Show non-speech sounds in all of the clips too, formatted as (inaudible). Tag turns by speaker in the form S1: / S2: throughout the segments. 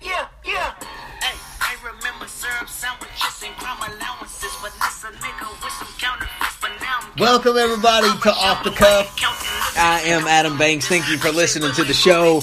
S1: Yeah, yeah. Hey, I remember syrup sandwiches and crime allowances, but this a nigga with some counterfeits, but now I'm
S2: Welcome, everybody, to Off the Cuff. I am Adam Banks. Thank you for listening to the show.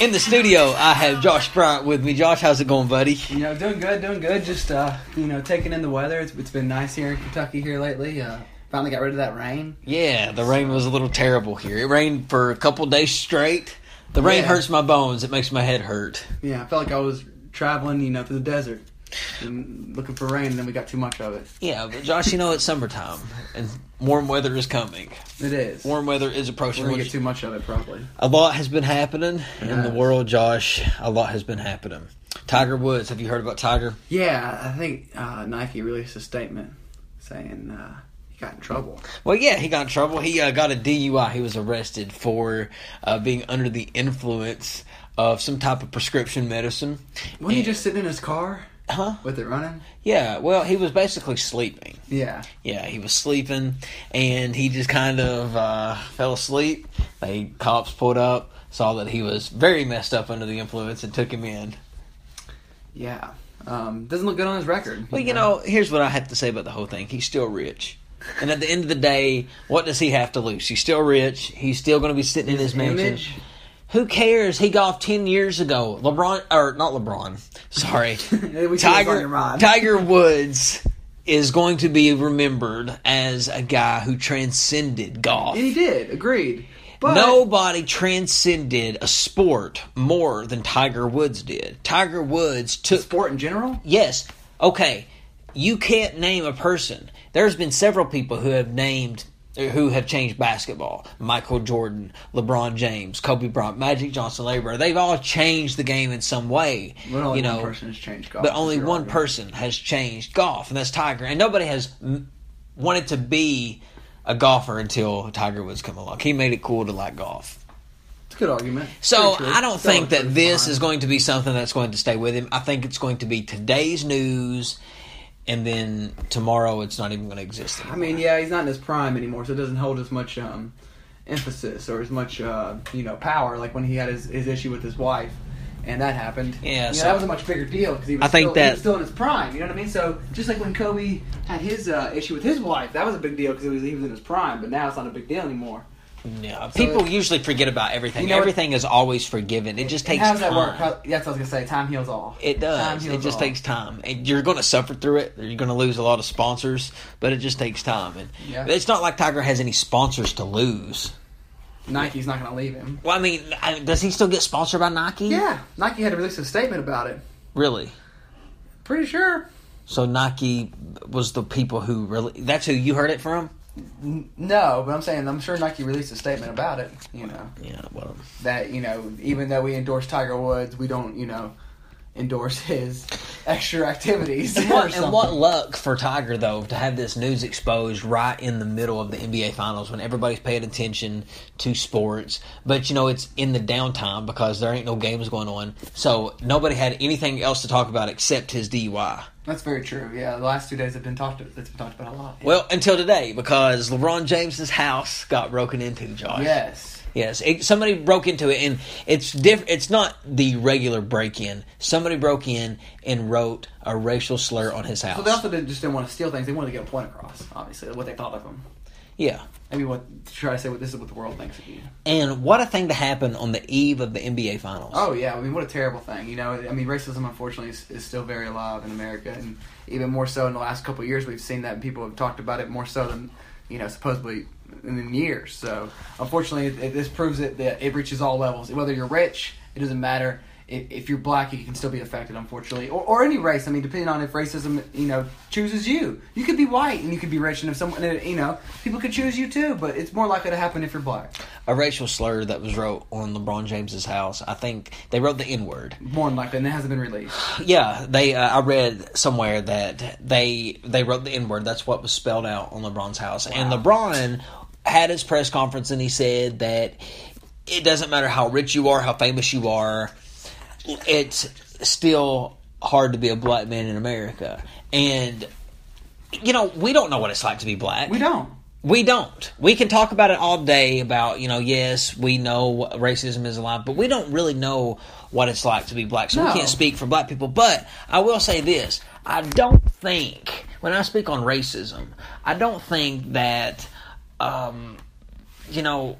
S2: In the studio, I have Josh Bryant with me. Josh, how's it going, buddy?
S3: You know, doing good, doing good. Just uh, you know, taking in the weather. It's, it's been nice here in Kentucky here lately. Uh, finally got rid of that rain.
S2: Yeah, the rain was a little terrible here. It rained for a couple days straight. The rain
S3: Yeah.
S2: hurts my bones. It makes my head hurt.
S3: Yeah, I felt like I was traveling, you know, through the desert and looking for rain. And then we got too much of it.
S2: Yeah, but Josh, you know it's summertime and warm weather is coming.
S3: It is. We're
S2: Warm weather is approaching.
S3: gonna get
S2: which-
S3: too much of it probably.
S2: A lot has been happening in the
S3: Yes.
S2: world, Josh. A lot has been happening. Tiger Woods, have you heard about Tiger?
S3: Yeah, I think uh, Nike released a statement saying uh, he got in trouble.
S2: Well, yeah, he got in trouble. He uh, got a DUI. He was arrested for uh, being under the influence of some type of prescription medicine.
S3: Wasn't he
S2: And-
S3: just sitting in his car
S2: Huh?
S3: with it running?
S2: Yeah. Well, he was basically sleeping.
S3: Yeah.
S2: Yeah, he was sleeping, and he just kind of uh, fell asleep. They cops pulled up, saw that he was very messed up under the influence, and took him in.
S3: Yeah. Um, doesn't look good on his record.
S2: Well, you know, here's what I have to say about the whole thing. He's still rich. And at the end of the day, what does he have to lose? He's still rich. He's still going to be sitting in his mansion.
S3: image.
S2: Who cares? He golfed 10 years ago. LeBron, or not LeBron, sorry.
S3: (laughs) We see what's on your
S2: Tiger,
S3: mind.
S2: Tiger Woods is going to be remembered as a guy who transcended golf.
S3: And he did. Agreed. But
S2: Nobody transcended a sport more than Tiger Woods did. Tiger Woods took
S3: sport in general.
S2: Yes. Okay. You can't name a person. There's been several people who have named who have changed basketball. Michael Jordan, LeBron James, Kobe Bryant, Magic Johnson, Larry Bird. They've all changed the game in some way.
S3: But only
S2: you know,
S3: one person has changed golf.
S2: but only
S3: You're
S2: one
S3: right.
S2: person has changed golf, and that's Tiger. And nobody has m- wanted to be a golfer until Tiger Woods come along. He made it cool to like golf.
S3: It's a good argument.
S2: So
S3: Pretty true.
S2: I don't
S3: Still
S2: think
S3: pretty
S2: that this
S3: fine.
S2: is going to be something that's going to stay with him. I think it's going to be today's news, and then tomorrow it's not even going to exist.
S3: I
S2: Anymore.
S3: mean, yeah, he's not in his prime anymore, so it doesn't hold as much um, emphasis or as much uh, you know power like when he had his, his issue with his wife, and that happened.
S2: Yeah,
S3: You know,
S2: so-
S3: that was a much bigger deal because he was
S2: I think
S3: still, he
S2: that-
S3: was still in his prime. You know what I mean? So just like when Kobe had his uh, issue with his wife, that was a big deal because was, he was in his prime, but now it's not a big deal anymore.
S2: yeah, people usually forget about everything.
S3: You know what-
S2: everything is always forgiven. It just
S3: And
S2: takes
S3: how does that
S2: time.
S3: work? How, that's what I was gonna say. Time heals all.
S2: It
S3: Time
S2: does. It
S3: heals
S2: just
S3: all.
S2: takes time, and you're going to suffer through it. You're going to lose a lot of sponsors, but it just takes time. And
S3: Yeah.
S2: it's not like Tiger has any sponsors to lose.
S3: Nike's not gonna leave him.
S2: Well, I mean, I- does he still get sponsored by Nike?
S3: Yeah, Nike had to release a statement about it.
S2: really.
S3: Pretty sure.
S2: So Nike was the people who really. That's who you heard it from.
S3: N- No, but I'm saying I'm sure Nike released a statement about it. You know
S2: Yeah, well,
S3: that you know even though we endorse Tiger Woods, we don't you know endorse his (laughs) extra activities.
S2: and
S3: or
S2: what, and
S3: something.
S2: what luck for Tiger though to have this news exposed right in the middle of the NBA Finals when everybody's paying attention to sports. But you know it's in the downtime because there ain't no games going on, so nobody had anything else to talk about except his DUI.
S3: That's very true. Yeah, the last two days have been talked. It's been talked about a lot.
S2: Well, until today because LeBron James's house got broken into. Josh.
S3: yes,
S2: Yes, it, somebody broke into it, and it's diff- It's not the regular break-in. Somebody broke in and wrote a racial slur on his house.
S3: so they also didn't, just didn't want to steal things. They wanted to get a point across. Obviously, what they thought of him.
S2: yeah,
S3: Maybe what to try to say what this is what the world thinks of you.
S2: and what a thing to happen on the eve of the NBA Finals.
S3: Oh yeah, I mean what a terrible thing. You know, I mean racism unfortunately is, is still very alive in America, and even more so in the last couple of years we've seen that and people have talked about it more so than you know supposedly in, in years. So unfortunately, it, this proves it that it reaches all levels. Whether you're rich, it doesn't matter. If, if you're black, you can still be affected, unfortunately, or, or any race. I mean, depending on if racism you know chooses you, you could be white and you could be rich, and if someone you know people could choose you too. But it's more likely to happen if you're black.
S2: A racial slur that was wrote on LeBron James's house. I think they wrote the N-word.
S3: More than likely, and it hasn't been released.
S2: (sighs) Yeah, they. Uh, I read somewhere that they they wrote the N word. That's what was spelled out on LeBron's house. And LeBron had his press conference and he said that it doesn't matter how rich you are, how famous you are, it's still hard to be a black man in America. And you know, we don't know what it's like to be black.
S3: We don't.
S2: we don't. We can talk about it all day about, you know, yes, we know what racism is alive, but we don't really know what it's like to be black. So
S3: No.
S2: we can't speak for black people. But I will say this I don't think, when I speak on racism, I don't think that, um, you know,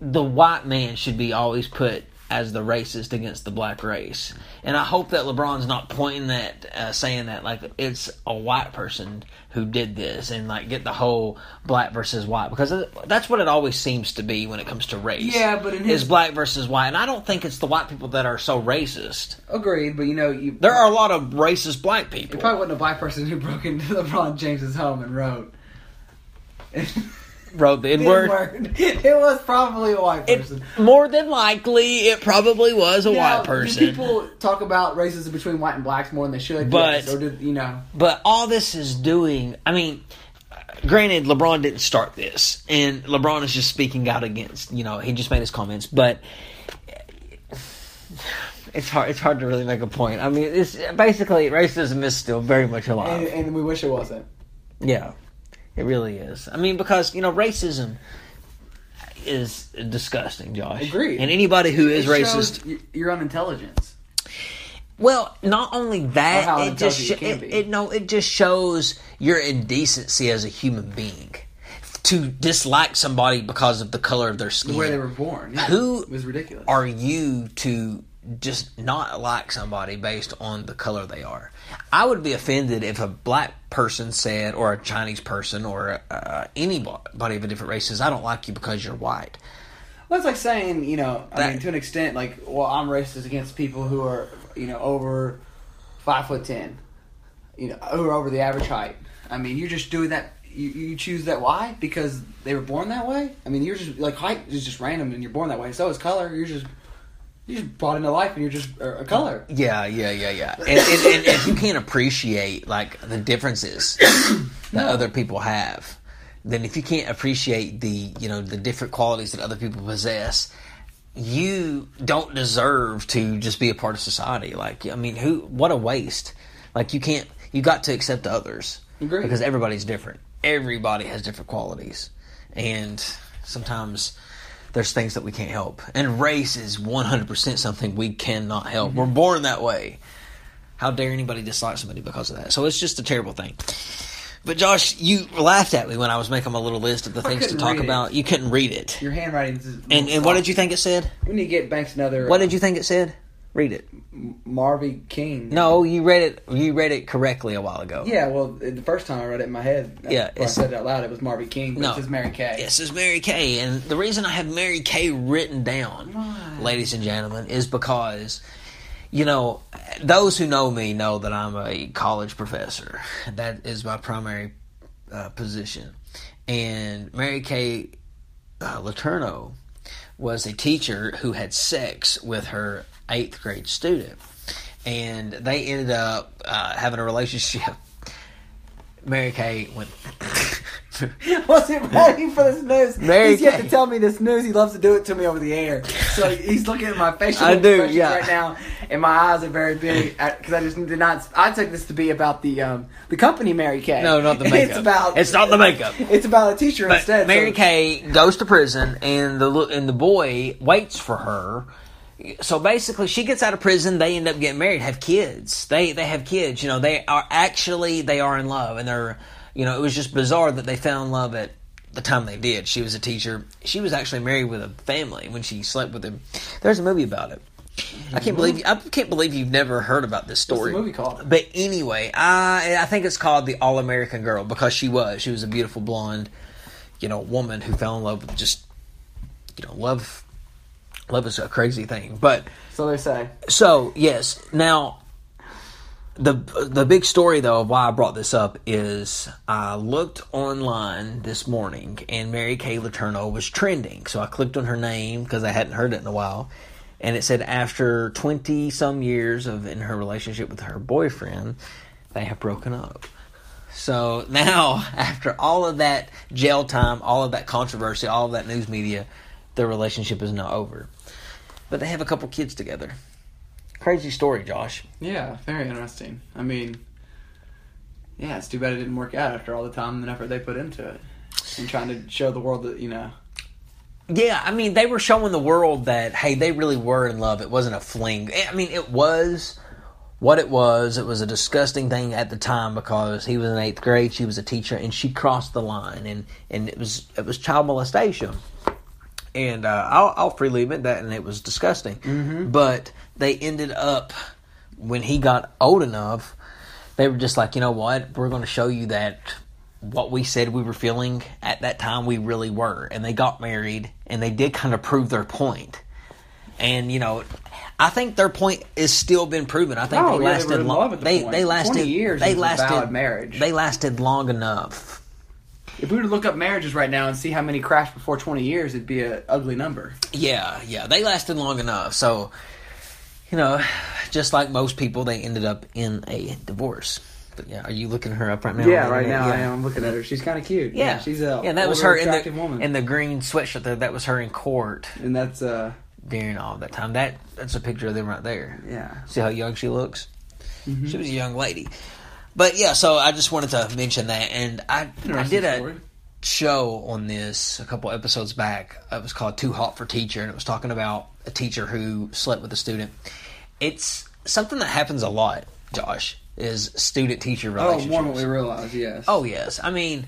S2: the white man should be always put as the racist against the black race. And I hope that LeBron's not pointing that, uh, saying that like it's a white person who did this and like get the whole black versus white because that's what it always seems to be when it comes to race.
S3: Yeah, but in his-
S2: is black versus white, and I don't think it's the white people that are so racist.
S3: Agreed, but you know, you
S2: There are a lot of racist black people.
S3: It probably wasn't a black person who broke into (laughs) LeBron James's home and wrote.
S2: wrote the N
S3: N-word.
S2: word.
S3: (laughs) It was probably a white person.
S2: More than likely, it probably was a
S3: Now,
S2: white
S3: do
S2: person.
S3: People talk about racism between white and blacks more than they should.
S2: But-
S3: yes, or did you know?
S2: But all this is doing, I mean, granted, LeBron didn't start this, and LeBron is just speaking out against. You know, he just made his comments, but it's hard. It's hard to really make a point. I mean, it's basically racism is still very much alive.
S3: And, and we wish it wasn't.
S2: Yeah, it really is. I mean, because you know, racism is disgusting, Josh.
S3: Agreed.
S2: And anybody who is
S3: It
S2: racist,
S3: shows y- Your unintelligence.
S2: Well, not only
S3: Or how
S2: that, it just
S3: intelligent
S2: sho-
S3: you can
S2: it,
S3: be.
S2: it no, it just shows your indecency as a human being to dislike somebody because of the color of their skin.
S3: Where they were born. Yeah,
S2: Who
S3: it was ridiculous?
S2: Are you to just not like somebody based on the color they are? I would be offended if a black person said, or a Chinese person, or uh, anybody of a different race says, "I don't like you because you're white."
S3: Well, it's like saying, you know, I
S2: That-
S3: mean, to an extent, like, well, I'm racist against people who are, you know, over five foot ten, you know, who are over the average height. I mean, you're just doing that. You, you choose that why because they were born that way. I mean, you're just like height is just random, and you're born that way. So is color. You're just you're just brought into life, and you're just a a color.
S2: Yeah, yeah, yeah, yeah. And, and, and if you can't appreciate like the differences that other people have, then if you can't appreciate the you know the different qualities that other people possess, you don't deserve to just be a part of society. Like I mean, who? What a waste! Like you can't. You got to accept others
S3: Agreed.
S2: because everybody's different. Everybody has different qualities, and sometimes. There's things that we can't help. And race is 100% something we cannot help.
S3: Mm-hmm.
S2: We're born that way. How dare anybody dislike somebody because of that? So it's just a terrible thing. But Josh, you laughed at me when I was making my little list of the things to
S3: couldn't
S2: talk
S3: read it.
S2: about. You couldn't read it.
S3: Your handwriting is
S2: And and what did you think it said?
S3: We need to get Banks another.
S2: What did you think it said? Read it.
S3: Marvy King?
S2: No, you read it. You read it correctly a while ago.
S3: Yeah, well, the first time I read it in my head,
S2: Yeah,
S3: when I
S2: it's-
S3: said it out loud, it was Marvy King, but
S2: No.
S3: it says Mary Kay.
S2: This is Mary Kay, and the reason I have Mary Kay written down,
S3: Why?
S2: ladies and gentlemen, is because you know those who know me know that I'm a college professor. That is my primary uh, position, and Mary Kay uh, Letourneau was a teacher who had sex with her eighth grade student, and they ended up uh, having a relationship. Mary Kay (laughs) went.
S3: (laughs) wasn't ready for this news.
S2: Mary
S3: he's yet
S2: Kay.
S3: to tell me this news. He loves to do it to me over the air. So he's looking at my facial
S2: I do,
S3: expressions
S2: yeah.
S3: right now, and my eyes are very
S2: (laughs)
S3: big because I just did not. I took this to be about the um, the company Mary Kay.
S2: No, not the makeup.
S3: (laughs) It's about
S2: It's not the makeup.
S3: (laughs) It's about a teacher
S2: But
S3: instead.
S2: Mary
S3: so-
S2: Kay goes to prison, and the li- and the boy waits for her. So basically, she gets out of prison. They end up getting married, have kids. They they have kids. You know, they are actually they are in love, and they're you know it was just bizarre that they fell in love at the time they did. She was a teacher. She was actually married with a family when she slept with him. There's a movie about it. I can't believe I can't believe you've never heard about this story.
S3: movie called?
S2: But anyway, I I think it's called the All American Girl because she was she was a beautiful blonde, you know, woman who fell in love with just you know love. Love is a crazy thing, but
S3: So they say.
S2: so yes. Now, the the big story though of why I brought this up is I looked online this morning and Mary Kay Letourneau was trending, so I clicked on her name because I hadn't heard it in a while, and it said after twenty some years of in her relationship with her boyfriend, they have broken up. So (laughs) now, after all of that jail time, all of that controversy, all of that news media, their relationship is now over. But they have a couple kids together. Crazy story, Josh.
S3: Yeah, very interesting. I mean, yeah, it's too bad it didn't work out after all the time and effort they put into it. and trying to show the world that you know.
S2: Yeah, I mean, they were showing the world that hey, they really were in love. It wasn't a fling. I mean, it was what it was. It was a disgusting thing at the time because he was in eighth grade, she was a teacher, and she crossed the line, and and it was it was child molestation. And uh, I'll, I'll freely admit that, and it was disgusting.
S3: Mm-hmm.
S2: But they ended up when he got old enough, they were just like, you know what, we're going to show you that what we said we were feeling at that time we really were and they got married and they did kind of prove their point and you know i think their point is still been proven i think
S3: Oh,
S2: they
S3: yeah, they
S2: lasted
S3: were in
S2: long
S3: love at the
S2: they,
S3: point.
S2: they lasted
S3: 20 years
S2: they
S3: is a
S2: lasted
S3: valid marriage.
S2: they lasted long enough
S3: If we were to look up marriages right now and see how many crashed before 20 years, it'd be an ugly number.
S2: yeah yeah they lasted long enough so you know just like most people they ended up in a divorce but yeah are you looking her up right now on the internet? Yeah.
S3: am looking at her. She's kind of cute.
S2: Yeah,
S3: she's a
S2: yeah. That was
S3: older,
S2: her in the
S3: attractive woman,
S2: in the green sweatshirt. There, that was her in court
S3: and that's uh,
S2: during all that time. That that's a picture of them right there.
S3: yeah. Mm-hmm.
S2: See how young she looks. She was a young lady, but yeah. So I just wanted to mention that, and I I
S3: Interesting
S2: did a
S3: story.
S2: show on this a couple episodes back. It was called Too Hot for Teacher, and it was talking about a teacher who slept with a student. It's something that happens a lot, Josh. Is student teacher
S3: Oh,
S2: relationships?
S3: more than we realize. Yes.
S2: Oh yes, I mean,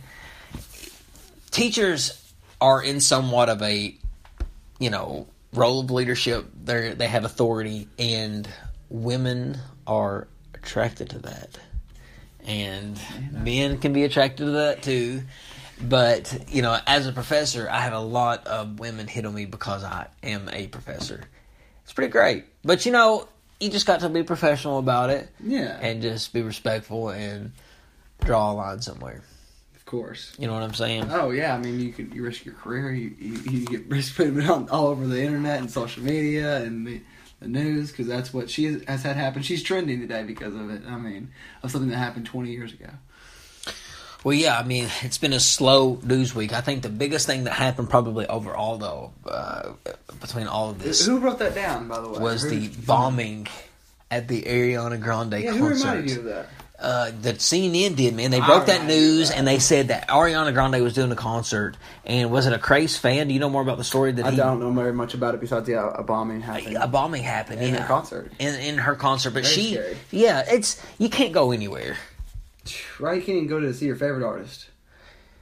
S2: teachers are in somewhat of a, you know, role of leadership. They they have authority, and women are attracted to that, and men can be attracted to that too. But you know, as a professor, I have a lot of women hit on me because I am a professor. It's pretty great, but you know, you just got to be professional about it
S3: yeah.
S2: and just be respectful and draw a line somewhere.
S3: of course.
S2: You know what I'm saying?
S3: Oh yeah, I mean you could you risk your career, you you, you get (laughs) risk putting it on all over the internet and social media and the, the news because that's what she has had happen. She's trending today because of it. I mean, of something that happened 20 years ago.
S2: Well, yeah, I mean, it's been a slow news week. I think the biggest thing that happened probably overall, though, uh, between all of this,
S3: Who wrote that down, by the way?
S2: was
S3: Who-
S2: the bombing at the Ariana Grande
S3: Yeah, who
S2: concert.
S3: reminded you of that?
S2: uh, that CNN did, man. They
S3: I
S2: broke that
S3: remember you of
S2: news
S3: that.
S2: and they said that Ariana Grande was doing a concert. And was it a Craze fan? Do you know more about the story? That
S3: I
S2: he,
S3: don't know very much about it besides yeah, a bombing happened.
S2: a bombing happened
S3: In
S2: yeah.
S3: her concert.
S2: In, in her concert, but
S3: Very
S2: she,
S3: scary.
S2: yeah, it's you can't go anywhere.
S3: Right, you can't even go to see your favorite artist.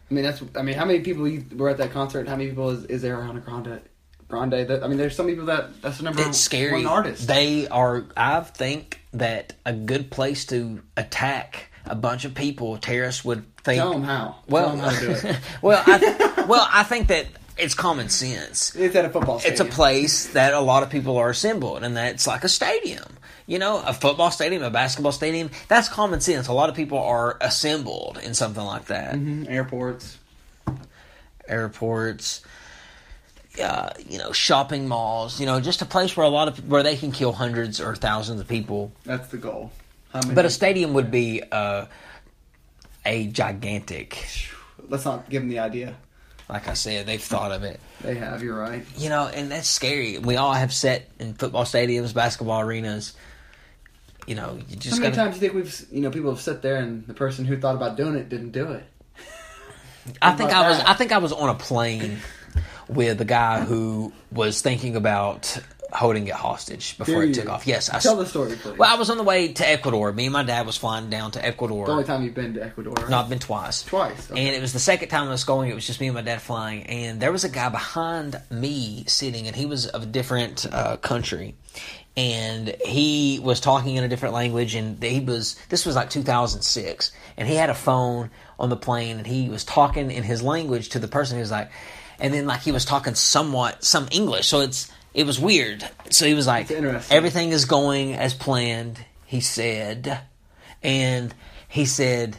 S3: I mean, that's. I mean, how many people you were at that concert? How many people is, is Ariana Grande? Grande. That, I mean, there's some people that that's the number
S2: it's scary.
S3: one artist.
S2: They are. I think that a good place to attack a bunch of people, terrorists would think.
S3: Tell 'em how.
S2: Well,
S3: Tell 'em how to do it.
S2: (laughs) well, I, well, I think that it's common sense.
S3: it's at a football.
S2: It's
S3: Stadium.
S2: a place that a lot of people are assembled, and that's like a stadium. You know, a football stadium, a basketball stadium. That's common sense. A lot of people are assembled in something like that.
S3: Mhm, airports.
S2: Airports. Uh, you know, shopping malls. You know, just a place where a lot of where they can kill hundreds or thousands of people
S3: That's the goal. How many-
S2: But a stadium would be uh, a gigantic.
S3: let's not give them the idea.
S2: Like I said, they've thought of it.
S3: They have. You're right.
S2: You know, and that's scary. We all have set in football stadiums, basketball arenas. You know, you
S3: How
S2: just
S3: many
S2: gotta.
S3: times do you think we've you know people have sat there and the person who thought about doing it didn't do it?
S2: I think
S3: about
S2: I was.
S3: that?
S2: I think I was on a plane with a guy who was thinking about holding it hostage before
S3: Do
S2: it
S3: you?
S2: took off. Yes, I.
S3: Tell the story, please.
S2: Well, I was on the way to Ecuador. Me and my dad was flying down to Ecuador.
S3: the only time you've been to Ecuador. right?
S2: No, I've been twice.
S3: Twice, okay.
S2: And it was the second time I was going. It was just me and my dad flying. And there was a guy behind me sitting, and he was of a different uh, country. And he was talking in a different language. And he was, this was like 2006. And he had a phone on the plane, and he was talking in his language to the person who was like, and then like he was talking somewhat, some English. So it's, it was weird. So he was like,
S3: That's interesting.
S2: everything is going as planned, he said. And he said,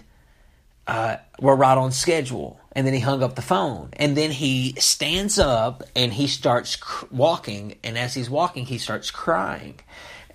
S2: uh, we're right on schedule. And then he hung up the phone. And then he stands up and he starts cr- walking. And as he's walking, he starts crying.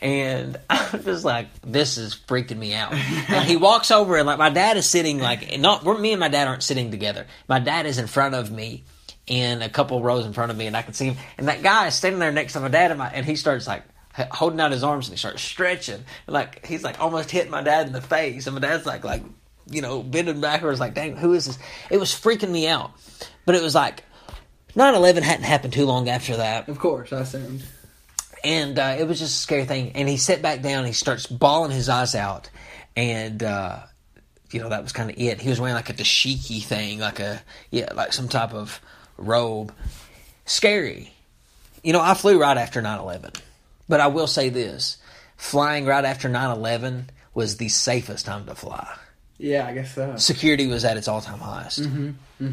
S2: And (laughs) I'm just like, this is freaking me out. and he walks over and like my dad is sitting like and not we're, me and my dad aren't sitting together. My dad is in front of me in a couple rows in front of me, and I can see him. And that guy is standing there next to my dad, and, my, and he starts like h- holding out his arms and he starts stretching, like he's like almost hitting my dad in the face. And my dad's like like you know, bending backwards, like, dang, who is this? It was freaking me out. But it was like, 9 11 hadn't happened too long after that.
S3: Of course, I assumed.
S2: And uh, it was just a scary thing. And he sat back down, and he starts bawling his eyes out. And, uh, you know, that was kind of it. He was wearing like a dashiki thing, like a, yeah, like some type of robe. Scary. You know, I flew right after 9 11. But I will say this flying right after 9 11 was the safest time to fly
S3: Yeah, I guess so.
S2: security was at its all time highest.
S3: hmm We're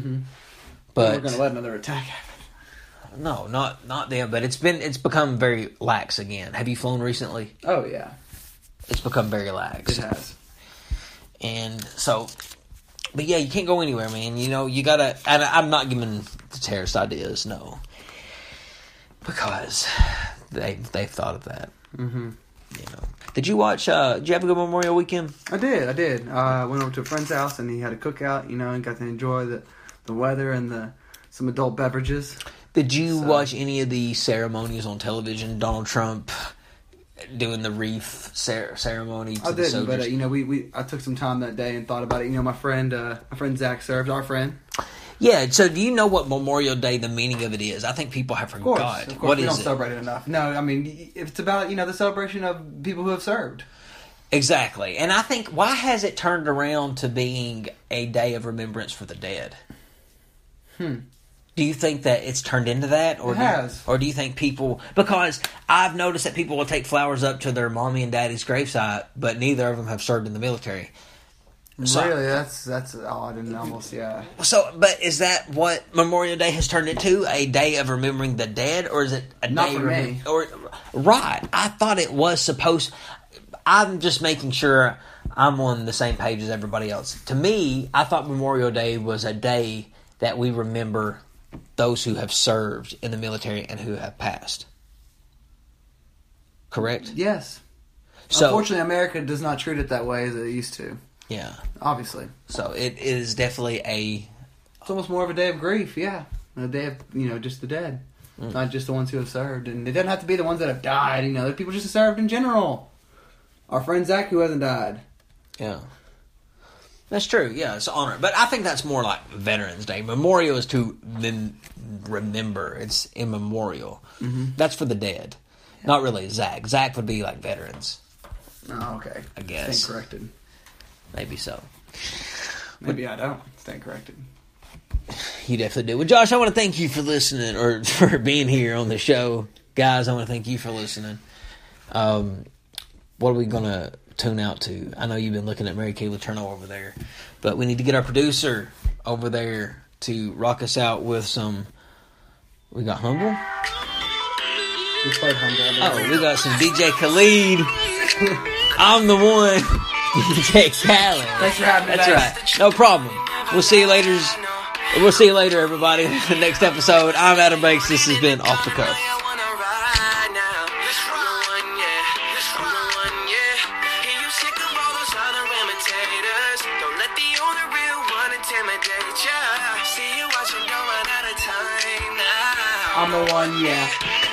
S2: But
S3: gonna let another attack happen.
S2: no, not not them. But it's been it's become very lax again. Have you flown recently?
S3: Oh yeah,
S2: It's become very
S3: it
S2: lax,
S3: has.
S2: and so. But yeah, you can't go anywhere, man. You know, you gotta. And I'm not giving the terrorist ideas, no, because they they've thought of that.
S3: Mm-hmm.
S2: You know. Did you watch? uh Did you have a good Memorial Weekend?
S3: I did, I did. Uh, I went over to a friend's house and he had a cookout, you know, and got to enjoy the, the weather and the some adult beverages.
S2: Did you
S3: So-
S2: watch any of the ceremonies on television? Donald Trump doing the wreath cer- ceremony to
S3: I
S2: the
S3: didn't,
S2: soldiers.
S3: but uh, you know, we, we I took some time that day and thought about it. You know, my friend, uh, my friend Zach serves our friend. uh,
S2: Yeah, so do you know what Memorial Day, the meaning of it is? I think people have
S3: Of course,
S2: forgot.
S3: of course,
S2: Oh, what
S3: we
S2: is
S3: don't
S2: it?
S3: celebrate it enough. No, I mean, y- it's about you know the celebration of people who have served.
S2: Exactly. And I think, why has it turned around to being a day of remembrance for the dead?
S3: Hmm.
S2: Do you think that it's turned into that? Or
S3: It
S2: do you-
S3: has.
S2: or do you think people, because I've noticed that people will take flowers up to their mommy and daddy's gravesite, but neither of them have served in the military. So-
S3: really, that's that's odd and almost yeah.
S2: So, but is that what Memorial Day has turned into? A day of remembering the dead, or is it a
S3: Not
S2: day
S3: for
S2: remem-
S3: me.
S2: Or right? I thought it was supposed. I'm just making sure I'm on the same page as everybody else. To me, I thought Memorial Day was a day that we remember those who have served in the military and who have passed. Correct.
S3: Yes,
S2: So
S3: unfortunately, America does not treat it that way as it used to.
S2: yeah.
S3: Obviously,
S2: So it is definitely a
S3: it's almost more of a day of grief. Yeah, a day of you know just the dead,
S2: Hmm.
S3: not just the ones who have served, and it doesn't have to be the ones that have died. You know, the people just served in general. Our friend Zach, who hasn't died.
S2: Yeah. That's true. Yeah, it's an honor, but I think that's more like Veterans Day. Memorial is to mem- remember. It's immemorial. That's for the dead. Not really Zach. Zach would be like veterans,
S3: Oh, okay.
S2: I guess.
S3: Stand corrected.
S2: maybe so.
S3: Maybe I don't. Stand corrected.
S2: You definitely do. Well, Josh, I want to thank you for listening or (laughs) for being here on the show, guys. I want to thank you for listening. Um, what are we gonna tune out to? I know you've been looking at Mary Kay Letourneau over there, but we need to get our producer over there to rock us out with some. We got humble.
S3: We played humble.
S2: Oh, we got some DJ Khalid. (laughs) I'm the one, (laughs) DJ Khaled.
S3: Thanks for having me
S2: That's
S3: back.
S2: right. No problem. We'll see you later. We'll see you later, everybody. (laughs) The next episode. I'm Adam Banks. This has been Off the Cuff.
S1: See you watching, going out of time now.
S3: I'm the one, yeah.